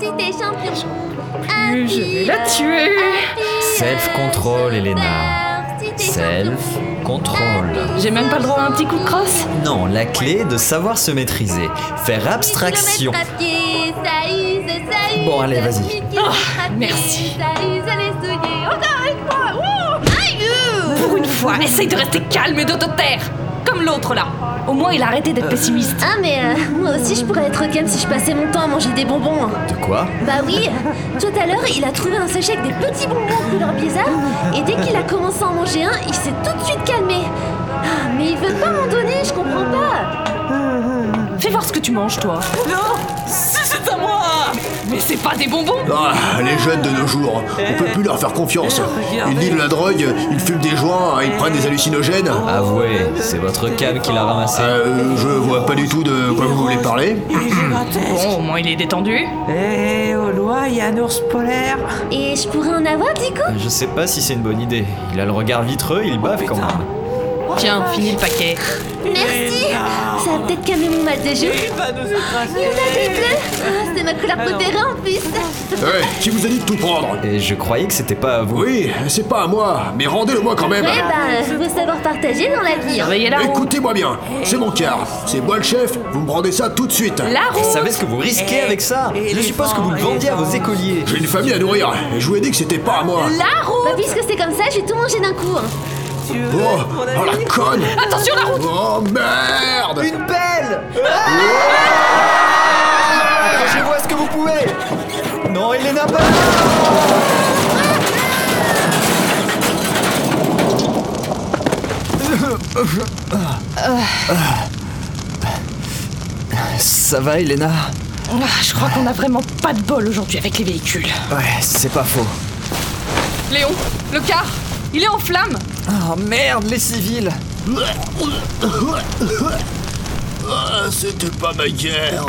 Cité des champions. Plus je vais la tuer. Self-control, Elena. Self-control. J'ai même pas le droit à un petit coup de crosse. Non, la clé est de savoir se maîtriser, faire abstraction. Bon, allez, vas-y. Oh, merci. Pour une fois, essaye de rester calme et de te taire. Comme l'autre là. Au moins, il a arrêté d'être pessimiste. Ah mais euh, moi aussi je pourrais être calme si je passais mon temps à manger des bonbons. De quoi Bah oui, tout à l'heure il a trouvé un sachet avec des petits bonbons couleur bizarre et dès qu'il a commencé à en manger un, il s'est tout de suite calmé. Ah, Mais il veut pas m'en donner, je comprends pas. Fais voir ce que tu manges, toi. Non C'est à moi Mais c'est pas des bonbons Ah, les jeunes de nos jours, on peut plus leur faire confiance. Ils lisent de la drogue, ils fument des joints, ils prennent des hallucinogènes. Avouez, c'est votre cam qui l'a ramassé. Euh, je vois pas du tout de quoi vous voulez parler. Il est gigantesque. Bon, au moins il est détendu. Et Eh, au loin, il y a un ours polaire. Et je pourrais en avoir du coup Je sais pas si c'est une bonne idée. Il a le regard vitreux, il bave quand même. Tiens, finis le paquet. Merci Ça va peut-être calmer mon mal de jeu. Il va nous Les écraser. bleus Ah, C'est ma couleur préférée en plus. Euh, Ouais, qui vous a dit de tout prendre Et je croyais que c'était pas à vous. Oui, c'est pas à moi, mais rendez-le-moi quand même. Eh bah, faut savoir partager dans la vie. hein. Surveillez la roue. Écoutez-moi bien, c'est mon quart, c'est moi le chef, vous me rendez ça tout de suite. La roue Vous savez ce que vous risquez avec ça Je suppose que vous le vendiez à vos écoliers. J'ai une famille à nourrir, et je vous ai dit que c'était pas à moi. La roue Bah, puisque c'est comme ça, je vais tout manger d'un coup. hein. Tu veux Oh, être mon oh la ami conne Attention, la roue Oh merde Une pelle Accrochez-vous à ce que vous pouvez Non, il les n'a pas Ça va, Elena Ah, Je crois qu'on a vraiment pas de bol aujourd'hui avec les véhicules. Ouais, c'est pas faux. Léon, le car, il est en flammes. Oh merde, les civils Ah, C'était pas ma guerre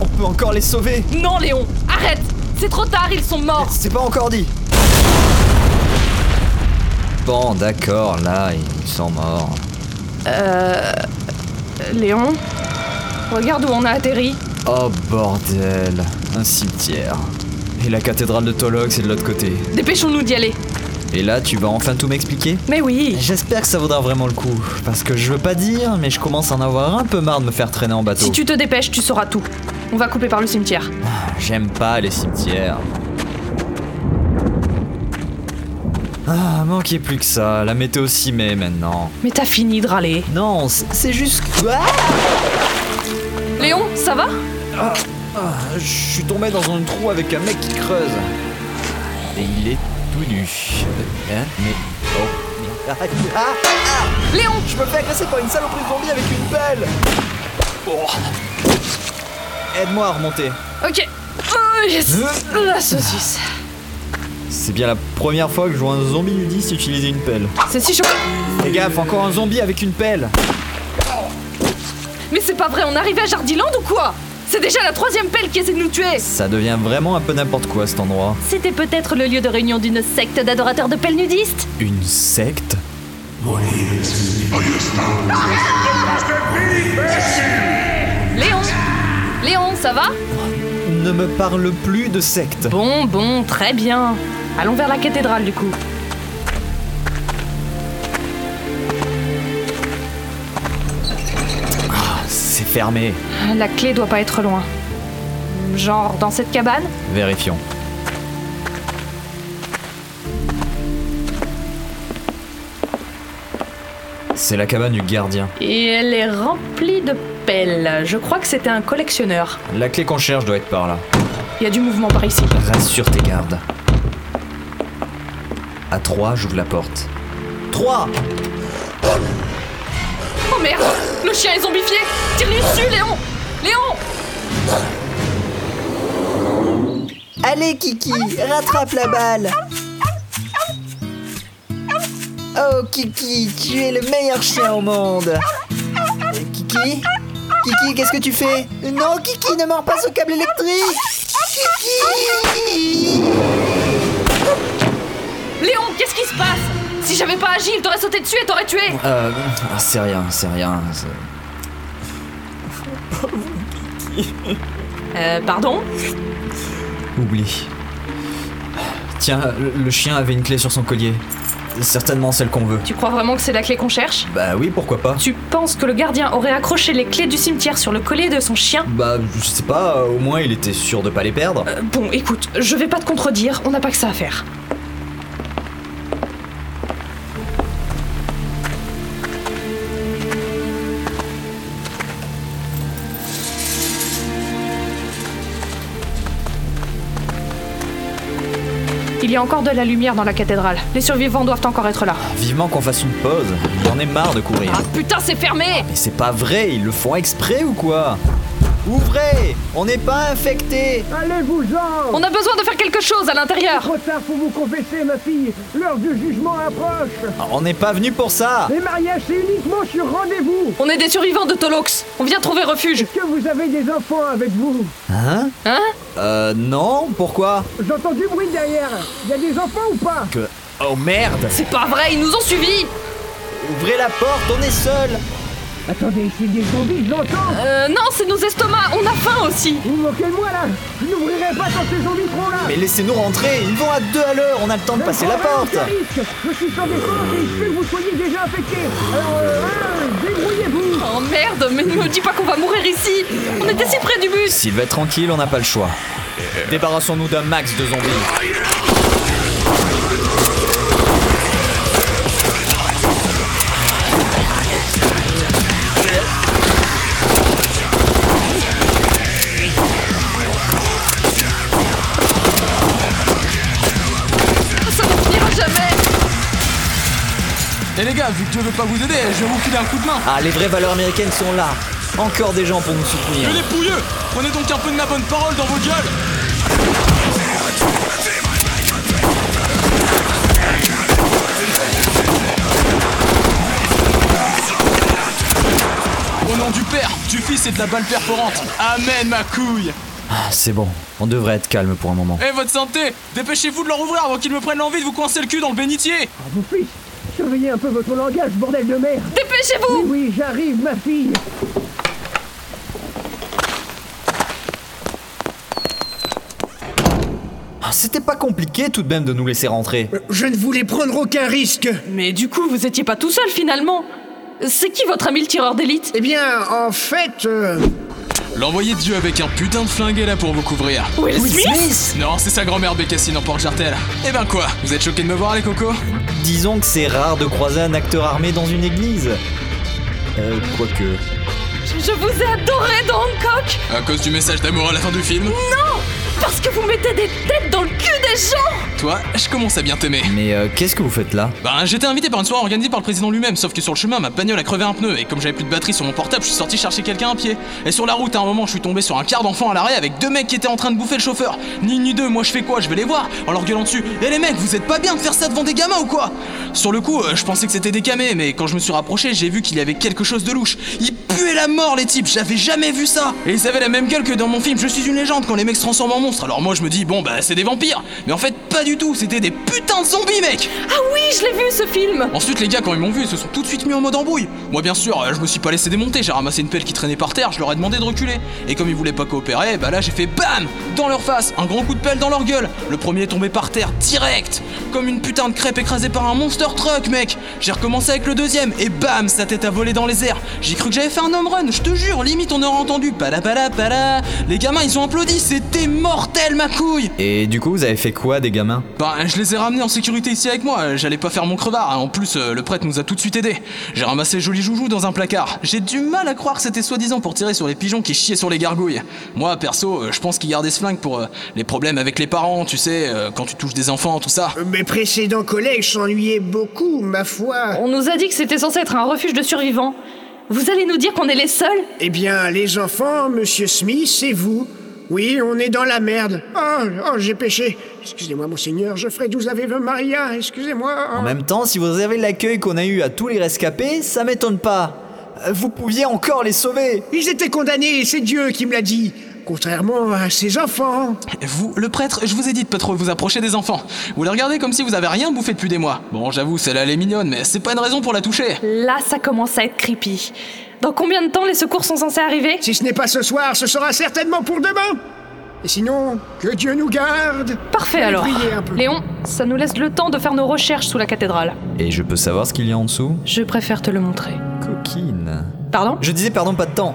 On peut encore les sauver Non, Léon, arrête C'est trop tard, ils sont morts C'est pas encore dit Bon, d'accord, là, ils sont morts. Euh, Léon Regarde où on a atterri. Oh bordel, un cimetière. Et la cathédrale de Tolox c'est de l'autre côté. Dépêchons-nous d'y aller. Et là, tu vas enfin tout m'expliquer Mais oui J'espère que ça vaudra vraiment le coup, parce que je veux pas dire, mais je commence à en avoir un peu marre de me faire traîner en bateau. Si tu te dépêches, tu sauras tout. On va couper par le cimetière. J'aime pas les cimetières. Ah, manquait plus que ça, la météo s'y met maintenant. Mais t'as fini de râler. Non, c'est c'est juste... Ah Léon, ça va Je suis tombé dans un trou avec un mec qui creuse. Et il est tout nu. Hein Mais. Oh merde. Ah, ah, ah Léon Je me fais agresser par une saloperie de zombie avec une pelle Oh. Aide-moi à remonter. Ok. Oh, yes La saucisse. C'est bien la première fois que je vois un zombie nudiste utiliser une pelle. C'est si chaud. Fais gaffe, encore un zombie avec une pelle Mais c'est pas vrai, on arrive à Jardiland ou quoi C'est déjà la troisième pelle qui essaie de nous tuer Ça devient vraiment un peu n'importe quoi cet endroit. C'était peut-être le lieu de réunion d'une secte d'adorateurs de pelles nudistes Une secte Léon Léon, ça va Ne me parle plus de secte. Bon, bon, très bien. Allons vers la cathédrale du coup. C'est fermé. La clé doit pas être loin. Genre dans cette cabane Vérifions. C'est la cabane du gardien. Et elle est remplie de pelles. Je crois que c'était un collectionneur. La clé qu'on cherche doit être par là. Il y a du mouvement par ici. Rassure tes gardes. À 3, j'ouvre la porte. 3 Oh merde Le chien est zombifié Tire-lui dessus, Léon Léon Allez, Kiki, rattrape la balle. Oh, Kiki, tu es le meilleur chien au monde. Euh, Kiki Kiki, qu'est-ce que tu fais Non, Kiki, ne mords pas ce câble électrique. Kiki Léon, qu'est-ce qui se passe Si j'avais pas agi, il t'aurait sauté dessus et t'aurait tué Euh. ah, C'est rien, c'est rien. c'est- Euh, pardon Oublie. Tiens, le, le chien avait une clé sur son collier. Certainement celle qu'on veut. Tu crois vraiment que c'est la clé qu'on cherche Bah oui, pourquoi pas. Tu penses que le gardien aurait accroché les clés du cimetière sur le collier de son chien Bah, je sais pas, au moins il était sûr de pas les perdre. Euh, Bon, écoute, je vais pas te contredire, on n'a pas que ça à faire. Il y a encore de la lumière dans la cathédrale. Les survivants doivent encore être là. Vivement qu'on fasse une pause, j'en ai marre de courir. Ah putain, c'est fermé Mais c'est pas vrai, ils le font exprès ou quoi Ouvrez On n'est pas infecté Allez-vous-en On a besoin de faire quelque chose à l'intérieur Trop tard pour vous confesser, ma fille L'heure du jugement approche Ah, On n'est pas venu pour ça Les mariages, c'est uniquement sur rendez-vous On est des survivants de Tolox On vient trouver refuge Que vous avez des enfants avec vous Hein Hein Euh, non, pourquoi J'entends du bruit derrière Il y a des enfants ou pas Que... Oh merde C'est pas vrai, ils nous ont suivis Ouvrez la porte, on est seul Attendez, c'est des zombies, je l'entends Euh, non, c'est nos estomacs, on a faim aussi Vous moquez de moi, là Je n'ouvrirai pas tant ces zombies trop là Mais laissez-nous rentrer, ils vont à deux à l'heure, on a le temps de passer la porte Je suis sans défense et je sais que vous soyez déjà infectés Alors, euh, hein, débrouillez-vous Oh merde, mais ne me dis pas qu'on va mourir ici On était si près du bus S'il va être tranquille, on n'a pas le choix. Débarrassons-nous d'un max de zombies. Ça ne finira jamais Et Eh les gars, vu que je veux pas vous aider, je vais vous filer un coup de main. Ah, les vraies valeurs américaines sont là. Encore des gens pour nous soutenir. Que les pouilleux Prenez donc un peu de ma bonne parole dans vos gueules Au nom du Père, du Fils et de la balle perforante, Amen ma couille Ah, C'est bon, on devrait être calme pour un moment. Eh votre santé Dépêchez-vous de leur ouvrir avant qu'ils me prennent l'envie de vous coincer le cul dans le bénitier Vous fils, surveillez un peu votre langage, bordel de merde Oui, Dépêchez-vous oui, j'arrive, ma fille Ah, C'était pas compliqué tout de même de nous laisser rentrer. Je ne voulais prendre aucun risque. Mais du coup, vous étiez pas tout seul finalement C'est qui votre ami le tireur d'élite Eh bien, en fait, euh, L'envoyé de Dieu avec un putain de flingue est là pour vous couvrir. Will Smith Non, c'est sa grand-mère Bécassine en porte-jartel. Eh ben quoi Vous êtes choqués de me voir les cocos Disons que c'est rare de croiser un acteur armé dans une église. Euh, quoique. Je vous ai adoré dans Hancock À cause du message d'amour à la fin du film Non Parce que vous mettez des têtes dans le cul des gens Toi, je commence à bien t'aimer. Mais euh, qu'est-ce que vous faites là Ben, j'étais invité par une soirée organisée par le président lui-même, sauf que sur le chemin, ma bagnole a crevé un pneu, et comme j'avais plus de batterie sur mon portable, je suis sorti chercher quelqu'un à pied. Et sur la route, à un moment, je suis tombé sur un quart d'enfant à l'arrêt avec deux mecs qui étaient en train de bouffer le chauffeur. Ni une ni deux, moi je fais quoi Je vais les voir, en leur gueulant dessus. Eh les mecs, vous êtes pas bien de faire ça devant des gamins ou quoi Sur le coup, euh, je pensais que c'était des camés, mais quand je me suis rapproché, j'ai vu qu'il y avait quelque chose de louche. Ils puaient la mort, les types, j'avais jamais vu ça Et ils avaient la même gueule que dans mon film Je suis une légende quand les mecs se transforment en monstres. Alors moi, je me dis, bon, bah c'est des vampires. Mais en fait, pas du tout, c'était des putains de zombies, mec Ah oui, je l'ai vu ce film Ensuite, les gars, quand ils m'ont vu, ils se sont tout de suite mis en mode embrouille. Moi, bien sûr, euh, je me suis pas laissé démonter, j'ai ramassé une pelle qui traînait par terre, je leur ai demandé de reculer. Et comme ils voulaient pas coopérer, bah là, j'ai fait BAM Dans leur face, un grand coup de pelle dans leur gueule. Le premier est tombé par terre, direct Comme une putain de crêpe écrasée par un monster truck, mec J'ai recommencé avec le deuxième, et BAM Sa tête a volé dans les airs. J'ai cru que j'avais fait un home run, je te jure, limite on aurait entendu palapala pala. Les gamins, ils ont applaudi, c'était mortel, ma couille Et du coup, vous avez fait quoi des gamins bah, je les ai ramenés en sécurité ici avec moi, euh, j'allais pas faire mon crevard, hein. en plus euh, le prêtre nous a tout de suite aidés. J'ai ramassé joli joujou dans un placard. J'ai du mal à croire que c'était soi-disant pour tirer sur les pigeons qui chiaient sur les gargouilles. Moi, perso, euh, je pense qu'ils gardaient ce flingue pour euh, les problèmes avec les parents, tu sais, euh, quand tu touches des enfants, tout ça. mes précédents collègues s'ennuyaient beaucoup, ma foi. On nous a dit que c'était censé être un refuge de survivants. Vous allez nous dire qu'on est les seuls Eh bien, les enfants, monsieur Smith, c'est vous. Oui, on est dans la merde. Oh, oh, j'ai péché. Excusez-moi, monseigneur, je ferai 12 Ave Maria, excusez-moi. En même temps, si vous avez l'accueil qu'on a eu à tous les rescapés, ça m'étonne pas. Euh, Vous pouviez encore les sauver Ils étaient condamnés, c'est Dieu qui me l'a dit. contrairement à ses enfants. Vous, le prêtre, je vous ai dit de pas trop vous approcher des enfants. Vous les regardez comme si vous avez rien bouffé depuis des mois. Bon, j'avoue, celle-là, elle est mignonne, mais c'est pas une raison pour la toucher. Là, ça commence à être creepy. Dans combien de temps les secours sont censés arriver Si ce n'est pas ce soir, ce sera certainement pour demain. Et sinon, que Dieu nous garde. Parfait Allez, alors. priez un peu. Léon, ça nous laisse le temps de faire nos recherches sous la cathédrale. Et je peux savoir ce qu'il y a en dessous Je préfère te le montrer. Coquine. Pardon Je disais, pardon, pas de temps.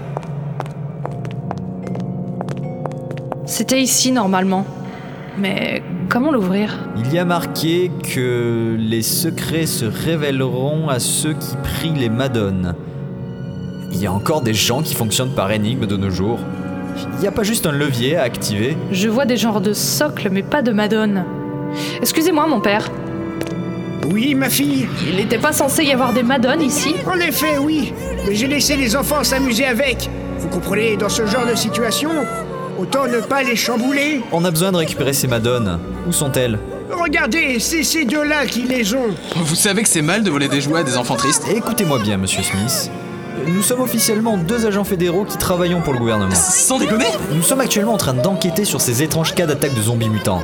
C'était ici normalement. Mais comment l'ouvrir Il y a marqué que les secrets se révéleront à ceux qui prient les madones. Il y a encore des gens qui fonctionnent par énigme de nos jours. Il n'y a pas juste un levier à activer. Je vois des genres de socles, mais pas de madone. Excusez-moi, mon père. Oui, ma fille. Il n'était pas censé y avoir des madones ici En effet, oui. Mais j'ai laissé les enfants s'amuser avec. Vous comprenez, dans ce genre de situation, autant ne pas les chambouler. On a besoin de récupérer ces madones. Où sont-elles Regardez, c'est ces deux-là qui les ont. Vous savez que c'est mal de voler des jouets à des enfants tristes. Écoutez-moi bien, monsieur Smith. Nous sommes officiellement deux agents fédéraux qui travaillons pour le gouvernement. Sans déconner Nous sommes actuellement en train d'enquêter sur ces étranges cas d'attaque de zombies mutants.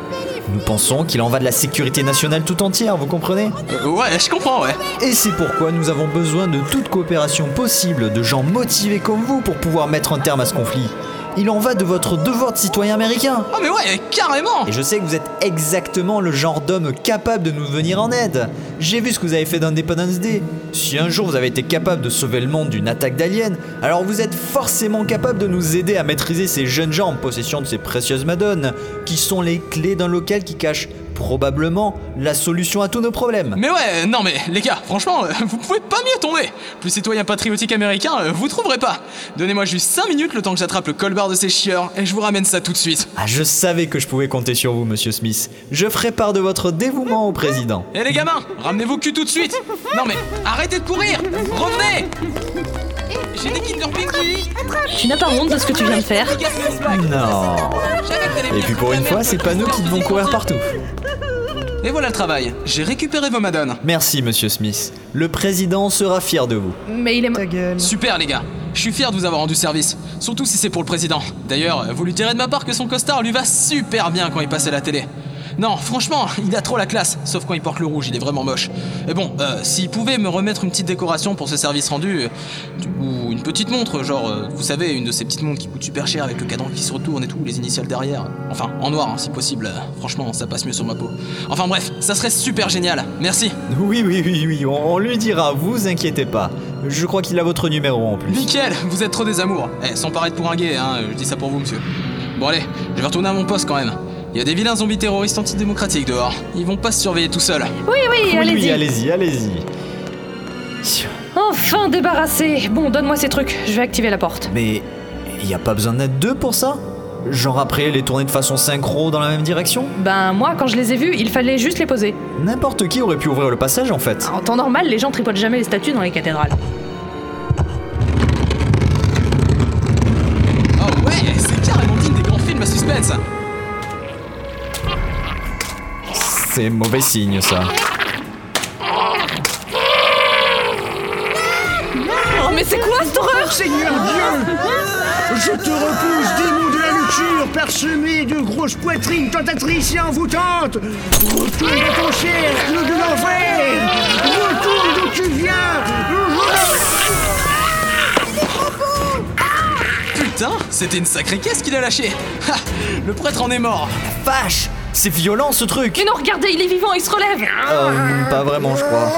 Nous pensons qu'il en va de la sécurité nationale tout entière, vous comprenez Euh, Ouais, je comprends, ouais. Et c'est pourquoi nous avons besoin de toute coopération possible de gens motivés comme vous pour pouvoir mettre un terme à ce conflit. Il en va de votre devoir de citoyen américain. Oh, mais ouais, carrément Et je sais que vous êtes exactement le genre d'homme capable de nous venir en aide. J'ai vu ce que vous avez fait d'Independence Day. Si un jour vous avez été capable de sauver le monde d'une attaque d'aliens, alors vous êtes forcément capable de nous aider à maîtriser ces jeunes gens en possession de ces précieuses madones, qui sont les clés d'un local qui cache probablement la solution à tous nos problèmes. Mais ouais, non mais les gars, franchement, euh, vous pouvez pas mieux tomber. Plus citoyen patriotique américain, euh, vous trouverez pas. Donnez-moi juste 5 minutes le temps que j'attrape le colbar de ces chieurs et je vous ramène ça tout de suite. Ah, je savais que je pouvais compter sur vous, monsieur Smith. Je ferai part de votre dévouement au président. Eh les gamins, ramenez-vous cul tout de suite. Non mais arrêtez de courir, revenez. J'ai des Kinder Pinguis. Tu n'as pas honte de ce que tu viens de faire Les gars, Non. j'avais que t'allais Et venir puis pour une la fois, merde. c'est pas nous qui devons courir partout. Et voilà le travail. J'ai récupéré vos madones. Merci, monsieur Smith. Le président sera fier de vous. Mais il est... ma- Super les gars, je suis fier de vous avoir rendu service, surtout si c'est pour le président. D'ailleurs, euh, vous lui direz de ma part que son costard lui va super bien quand il passe à la télé. Non, franchement, il a trop la classe, sauf quand il porte le rouge, il est vraiment moche. Et bon, euh, s'il pouvait me remettre une petite décoration pour ce service rendu, euh, ou une petite montre, genre, euh, vous savez, une de ces petites montres qui coûtent super cher avec le cadran qui se retourne et tout, les initiales derrière. Enfin, en noir, hein, si possible. Euh, Franchement, ça passe mieux sur ma peau. Enfin bref, ça serait super génial. Merci. Oui, oui, oui, oui, on, on lui dira, vous inquiétez pas. Je crois qu'il a votre numéro en plus. Nickel, vous êtes trop des amours. Eh, sans paraître pour un gay, hein, je dis ça pour vous, monsieur. Bon allez, je vais retourner à mon poste quand même. Il y a des vilains zombies terroristes antidémocratiques dehors. Ils vont pas se surveiller tout seuls. Oui, oui, Oui, oui, allez-y. allez-y, allez-y. Enfin débarrassé. Bon, donne-moi ces trucs, je vais activer la porte. Mais il a pas besoin d'être deux pour ça Genre après les tourner de façon synchro dans la même direction Ben moi, quand je les ai vus, il fallait juste les poser. N'importe qui aurait pu ouvrir le passage en fait. En temps normal, les gens tripotent jamais les statues dans les cathédrales. Oh ouais, c'est carrément digne des grands films à suspense. C'est mauvais signe ça. Oh mais c'est quoi cette horreur Seigneur Dieu Je te repousse, démon de la luxure, parsemé de grosses poitrines tentatrices et envoûtantes Retourne à ton cercle de l'enfer Retourne d'où tu viens Putain, c'était une sacrée caisse qu'il a lâchée. Ha, le prêtre en est mort. Vache C'est violent ce truc Mais non, regardez, il est vivant, il se relève Euh, pas vraiment, je crois.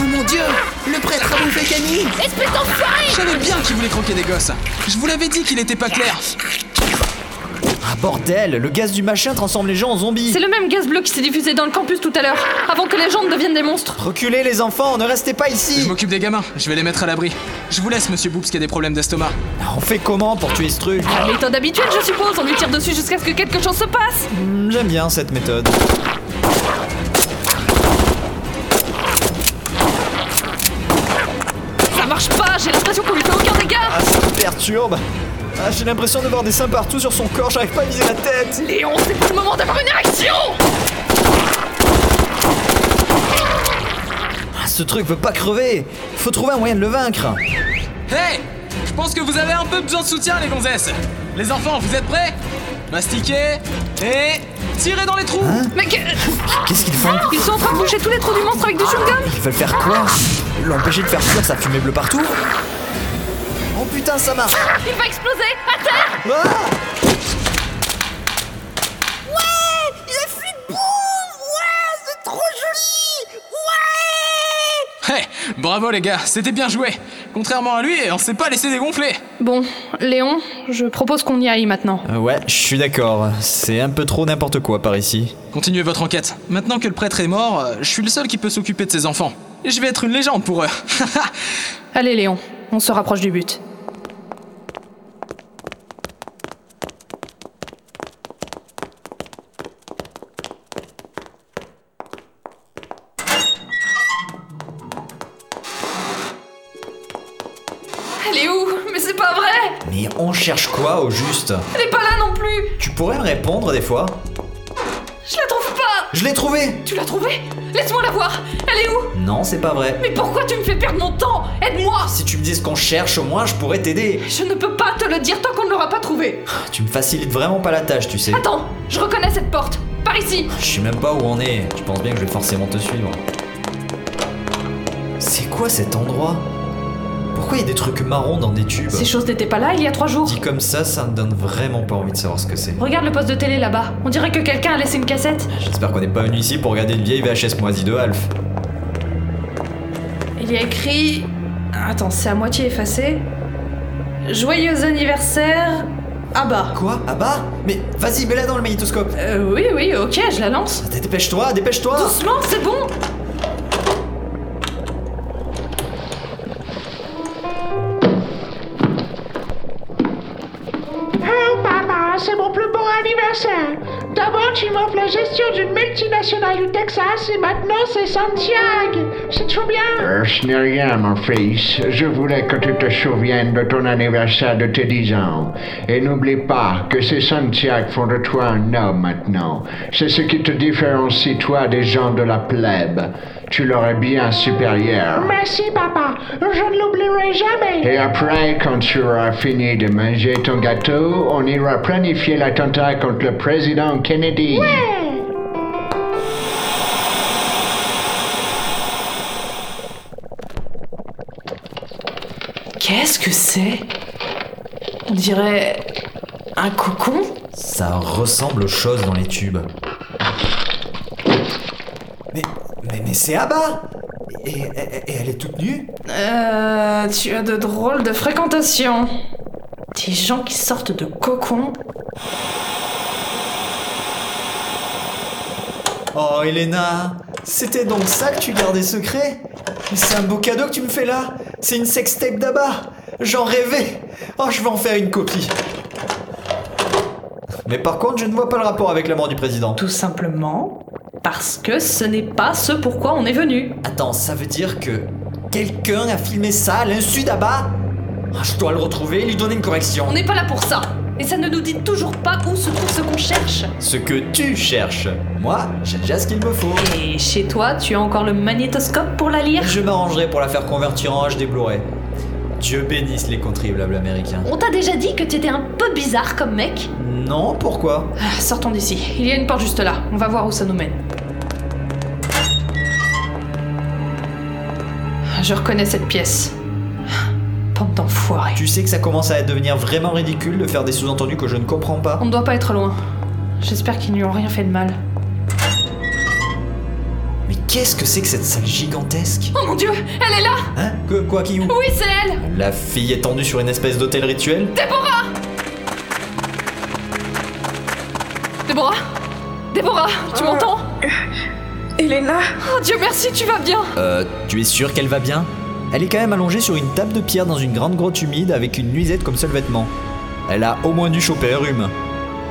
Oh mon dieu, le prêtre a bouffé Camille Je savais bien qu'il voulait croquer des gosses. Je vous l'avais dit qu'il était pas clair. Ah bordel, le gaz du machin transforme les gens en zombies. C'est le même gaz bleu qui s'est diffusé dans le campus tout à l'heure, avant que les gens ne deviennent des monstres. Reculez les enfants, ne restez pas Je ici m'occupe des gamins, je vais les mettre à l'abri. Je vous laisse, monsieur Boops, qui a des problèmes d'estomac. Ah, On fait comment pour tuer ce truc La méthode habituelle, je suppose, on lui tire dessus jusqu'à ce que quelque chose se passe Hmm, J'aime bien cette méthode. Ça marche pas, j'ai l'impression qu'on lui fait aucun dégât Ah, ça me perturbe Ah, j'ai l'impression de voir des seins partout sur son corps, j'arrive pas à viser la tête Léon, c'est pas le moment d'avoir une érection Ah, ce truc veut pas crever. Faut trouver un moyen de le vaincre. Hey Je pense que vous avez un peu besoin de soutien, les gonzesses Les enfants, vous êtes prêts Mastiquez et tirez dans les trous Mais que- Qu'est-ce qu'ils font euh, Ils sont en train de boucher tous les trous du monstre avec du chewing-gum Ils veulent faire quoi L'empêcher de faire fuir sa fumée bleue partout Oh putain, ça marche Il va exploser À terre Ah Hey Bravo, les gars, c'était bien joué Contrairement à lui, on s'est pas laissé dégonfler Bon, Léon, je propose qu'on y aille maintenant. Euh, Ouais, je suis d'accord. C'est un peu trop n'importe quoi par ici. Continuez votre enquête. Maintenant que le prêtre est mort, euh, je suis le seul qui peut s'occuper de ces enfants. Et je vais être une légende pour eux Allez Léon, on se rapproche du but. Elle est où Mais c'est pas vrai Mais on cherche quoi au juste Elle est pas là non plus Tu pourrais me répondre des fois Je la trouve pas Je l'ai trouvé Tu l'as trouvée Laisse-moi la voir Elle est où Non, c'est pas vrai. Mais pourquoi tu me fais perdre mon temps Aide-moi Si tu me dis ce qu'on cherche, au moins je pourrais t'aider. Ah, Je ne peux pas te le dire tant qu'on ne l'aura pas trouvée Tu me facilites vraiment pas la tâche, tu sais. Attends, je reconnais cette porte Par ici Je sais même pas où on est. Je pense bien que je vais forcément te suivre. C'est quoi cet endroit Pourquoi il y a des trucs marrons dans des tubes Ces choses n'étaient pas là il y a trois jours. Dit comme ça, ça me donne vraiment pas envie de savoir ce que c'est. Regarde le poste de télé là-bas. On dirait que quelqu'un a laissé une cassette. J'espère qu'on n'est pas venu ici pour regarder une vieille VHS moisie de Alf. Il y a écrit. Attends, c'est à moitié effacé. Joyeux anniversaire. Ah bah. Quoi Ah bah Mais vas-y, mets-la dans le magnétoscope Euh, Euh, oui, oui, ok, je la lance. Dépêche-toi, dépêche-toi Doucement, c'est bon. Hey papa, c'est mon plus beau anniversaire. D'abord tu m'offres la gestion d'une multinationale du Texas et maintenant c'est Santiago. C'est trop bien. Euh. Ce n'est rien, mon fils. Je voulais que tu te souviennes de ton anniversaire de tes 10 ans. Et n'oublie pas que ces Santiago font de toi un homme maintenant. C'est ce qui te différencie, toi, des gens de la plèbe. Tu leur es bien supérieur. Merci papa, je ne l'oublierai jamais. Et après, quand tu auras fini de manger ton gâteau, on ira planifier l'attentat contre le président Kennedy. Hey. Qu'est-ce que c'est On dirait un cocon Ça ressemble aux choses dans les tubes. Mais, mais, mais c'est Abba et, et- et elle est toute nue Euh, tu as de drôles de fréquentations. Des gens qui sortent de cocons. Oh Elena, c'était donc ça que tu gardais secret Mais c'est un beau cadeau que tu me fais là C'est une sextape d'Abba J'en rêvais Oh, je vais en faire une copie Mais par contre, je ne vois pas le rapport avec la mort du président. Tout simplement. Parce que ce n'est pas ce pourquoi on est venu. Attends, ça veut dire que quelqu'un a filmé ça à l'insu d'Abba Ah, Je dois le retrouver et lui donner une correction. On n'est pas là pour ça Et ça ne nous dit toujours pas où se trouve ce qu'on cherche Ce que tu cherches. Moi, j'ai déjà ce qu'il me faut. Et chez toi, tu as encore le magnétoscope pour la lire Je m'arrangerai pour la faire convertir en HD Blu-ray. Dieu bénisse les contribuables américains. On t'a déjà dit que tu étais un peu bizarre comme mec Non, pourquoi Ah, Sortons d'ici. Il y a une porte juste là. On va voir où ça nous mène. Je reconnais cette pièce. Bande d'enfoirés. Tu sais que ça commence à devenir vraiment ridicule de faire des sous-entendus que je ne comprends pas. On ne doit pas être loin. J'espère qu'ils n'y ont rien fait de mal. Mais qu'est-ce que c'est que cette salle gigantesque Oh mon dieu Elle est là Hein Que quoi qui où Oui, c'est elle La fille est tendue sur une espèce d'hôtel rituel Déborah Déborah Déborah, tu m'entends Elena Oh Dieu merci, tu vas bien Euh, tu es sûr qu'elle va bien Elle est quand même allongée sur une table de pierre dans une grande grotte humide avec une nuisette comme seul vêtement. Elle a au moins dû choper un rhume.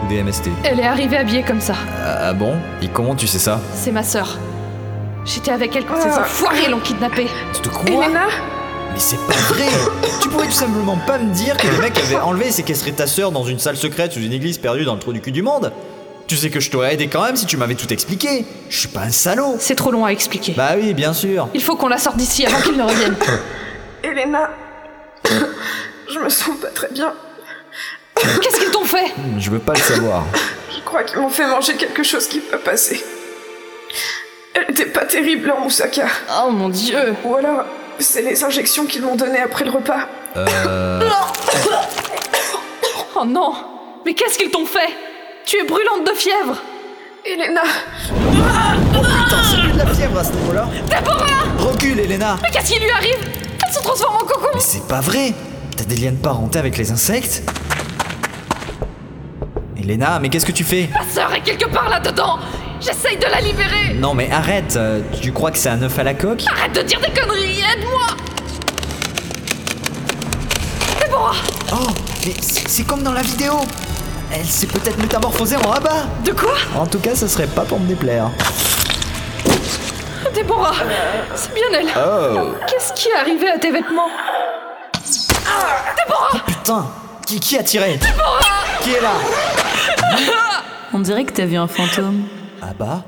Ou des MST. Elle est arrivée habillée comme ça. Ah bon Et comment tu sais ça C'est ma sœur. J'étais avec elle quand Ah. ces enfoirés l'ont kidnappée. De quoi Mais c'est pas vrai Tu pourrais tout simplement pas me dire que les mecs avaient enlevé et séquestré ta sœur dans une salle secrète sous une église perdue dans le trou du cul du monde Tu sais que je t'aurais aidé quand même si tu m'avais tout expliqué. Je suis pas un salaud. C'est trop long à expliquer. Bah oui, bien sûr. Il faut qu'on la sorte d'ici avant qu'il ne revienne. Elena, je me sens pas très bien. Qu'est-ce qu'ils t'ont fait Hmm, Je veux pas le savoir. Je crois qu'ils m'ont fait manger quelque chose qui peut passer. Elle était pas terrible, leur moussaka. Oh mon dieu. Ou alors, c'est les injections qu'ils m'ont données après le repas. Euh... Oh non. Mais qu'est-ce qu'ils t'ont fait Tu es brûlante de fièvre. Elena, Putain, c'est plus de la fièvre à ce niveau-là. Recule, Elena Mais qu'est-ce qui lui arrive Elle se transforme en cocon. Mais c'est pas vrai T'as des liens de parenté avec les insectes Elena, mais qu'est-ce que tu fais Ma sœur est quelque part là-dedans. J'essaye de la libérer. Non mais arrête euh, Tu crois que c'est un œuf à la coque Arrête de dire des conneries. Aide-moi. Déborah, Oh Mais c'est c'est comme dans la vidéo Elle s'est peut-être métamorphosée en rabat de quoi En tout cas, ce serait pas pour me déplaire. Déborah, c'est bien elle. Oh Qu'est-ce qui est arrivé à tes vêtements Putain Qui, qui a tiré Qui est là On dirait que t'as vu un fantôme. Ah bah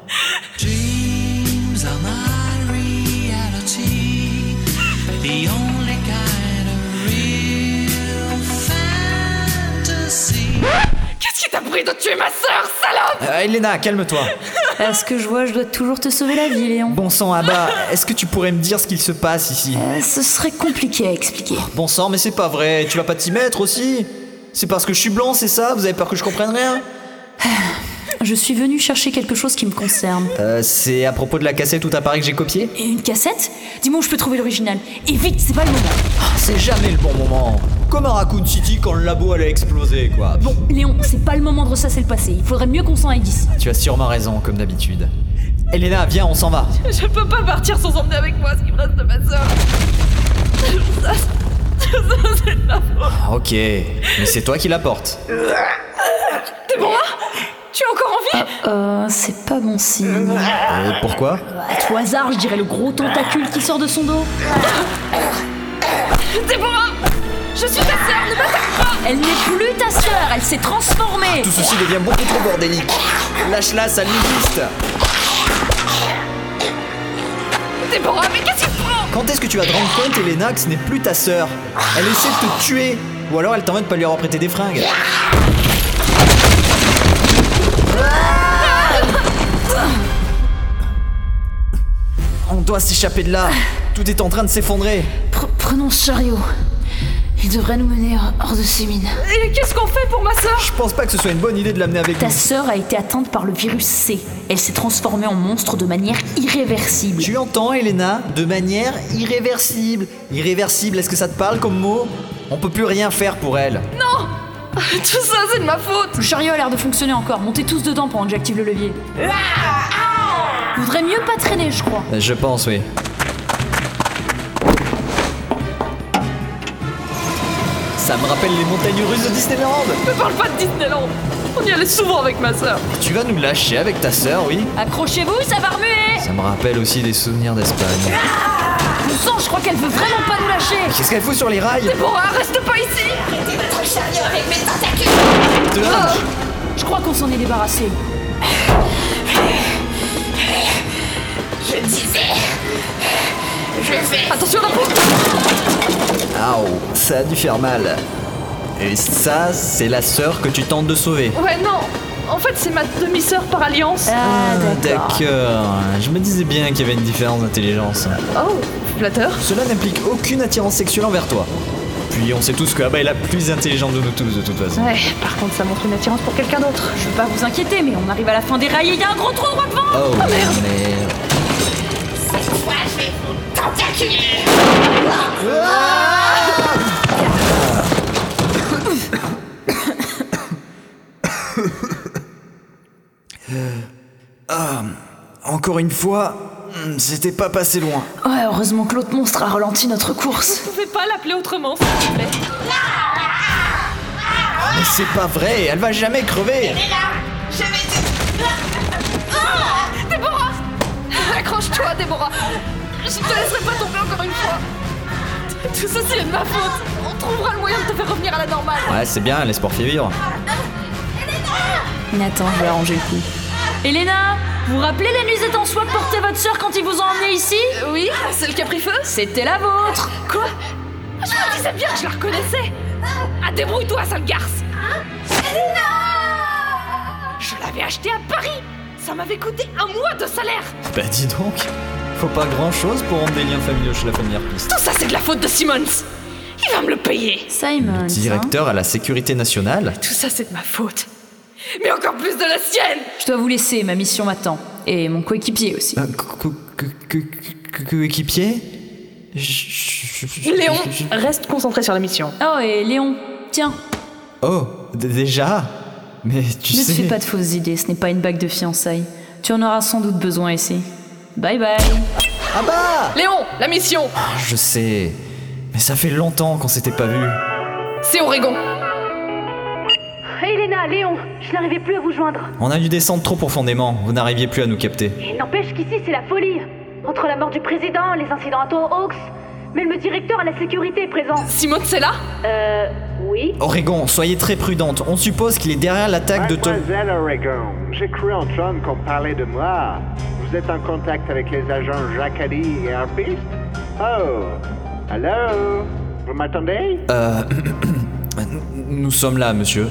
Qu'est-ce qui t'a pris de tuer ma sœur, salope Euh, Elena, calme-toi À ce que je vois, je dois toujours te sauver la vie, Léon. Bon sang, Abba, est-ce que tu pourrais me dire ce qu'il se passe ici Euh, ce serait compliqué à expliquer. Bon sang, mais c'est pas vrai, tu vas pas t'y mettre aussi C'est parce que je suis blanc, c'est ça Vous avez peur que je comprenne rien Je suis venue chercher quelque chose qui me concerne. Euh, c'est à propos de la cassette où t'as parlé que j'ai copié Et une cassette Dis-moi où je peux trouver l'original. Et vite, c'est pas le moment. C'est jamais le bon moment Comme à Raccoon City quand le labo allait exploser, quoi. Bon, Léon, c'est pas le moment de ressasser le passé. Il faudrait mieux qu'on s'en aille d'ici. tu as sûrement raison, comme d'habitude. Elena, viens, on s'en va Je peux pas partir sans emmener avec moi ce qui me reste de ma sœur. Ça, c'est- c'est de ma faute. Ah, Ok, mais c'est toi qui la porte. Déborah Tu es encore en vie Euh, c'est pas bon signe. Euh, pourquoi À tout hasard, je dirais le gros tentacule qui sort de son dos. Déborah Je suis ta sœur, ne m'attaque pas Elle n'est plus ta sœur, elle s'est transformée. Tout ceci devient beaucoup trop bordélique. Lâche-la, ça existe. Déborah, mais qu'est-ce qu'il te prend Quand est-ce que tu vas te rendre compte, Elena, que ce n'est plus ta sœur Elle essaie de te tuer Ou alors elle t'emmène pas lui avoir prêté des fringues. On doit s'échapper de là Tout est en train de s'effondrer Pre- prenons ce chariot. Il devrait nous mener hors- hors de ces mines. Et qu'est-ce qu'on fait pour ma sœur Je pense pas que ce soit une bonne idée de l'amener avec Ta nous. sœur a été atteinte par le virus C. Elle s'est transformée en monstre de manière irréversible. Tu entends, Elena, de manière irréversible. Irréversible, est-ce que ça te parle comme mot On peut plus rien faire pour elle. Tout ça, c'est de ma faute Le chariot a l'air de fonctionner encore. Montez tous dedans pendant que j'active le levier. Vaudrait mieux pas traîner, je crois. Je pense, oui. Ça me rappelle les montagnes russes de Disneyland Ne parle pas de Disneyland On y allait souvent avec ma sœur Tu vas nous lâcher avec ta sœur, oui Accrochez-vous, ça va remuer Ça me rappelle aussi des souvenirs d'Espagne. Bon sang, je crois qu'elle veut vraiment pas nous lâcher Qu'est-ce qu'elle fout sur les rails Déborah, reste pas ici Te lâche Je crois qu'on s'en est débarrassé. Attention à la peau Aouh, ça a dû faire mal. Et ça, c'est la sœur que tu tentes de sauver. Ouais, non En fait, c'est ma demi-sœur par alliance. Ah, d'accord. D'accord, je me disais bien qu'il y avait une différence d'intelligence. Oh, flatteur Cela n'implique aucune attirance sexuelle envers toi. Puis on sait tous que Abba est la plus intelligente de nous tous de toute façon. Ouais, par contre, ça montre une attirance pour quelqu'un d'autre. Je veux pas vous inquiéter, mais on arrive à la fin des rails et il y a un gros trou droit devant Oh, merde. Ah, Encore une fois, c'était pas passé loin. Ouais, heureusement que l'autre monstre a ralenti notre course. Vous pouvez pas l'appeler autrement, s'il vous plaît. Mais c'est pas vrai, elle va jamais crever. Déborah Accroche-toi, Déborah Je te laisserai pas tomber encore une fois Tout ceci est de ma faute On trouvera le moyen de te faire revenir à la normale Ouais, c'est bien, laisse pour vivre. Déborah Nathan, je vais arranger le coup. Elena, vous vous rappelez les nuisettes en soie que portait votre sœur quand ils vous ont emmené ici Oui, celle Caprifeu C'était la vôtre Quoi Je me disais bien que je la reconnaissais Ah, débrouille-toi, sale garce Je l'avais achetée à Paris Ça m'avait coûté un mois de salaire Bah dis donc, faut pas grand chose pour rendre des liens familiaux chez la famille Harpiste. Tout ça, c'est de la faute de Simmons Il va me le payer Simon. hein. Directeur à la sécurité nationale. Tout ça, c'est de ma faute Mais encore plus de la sienne Je dois vous laisser, ma mission m'attend. Et mon coéquipier aussi. Coéquipier Léon, reste concentré sur la mission. Oh, et Léon, tiens, Oh, d- déjà Mais tu ne sais. Ah, te fais pas de fausses idées, ce n'est pas une bague de fiançailles. Tu en auras sans doute besoin ici. Bye bye Ah bah Léon, la mission Je sais. Mais ça fait longtemps qu'on s'était pas vu. C'est Oregon Elena, Léon, je n'arrivais plus à vous joindre. On a dû descendre trop profondément, vous n'arriviez plus à nous capter. Et N'empêche qu'ici, c'est la folie. Entre la mort du président, les incidents à Tower Hawks, même le directeur à la sécurité est présent. Simone, c'est là Euh. Oui. Oregon, soyez très prudente, on suppose qu'il est derrière l'attaque de Tom. Mademoiselle Oregon, j'ai cru entendre qu'on parlait de moi. Vous êtes en contact avec les agents Jacali et Harpiste Oh, allô Vous m'attendez Euh. Nous sommes là, monsieur.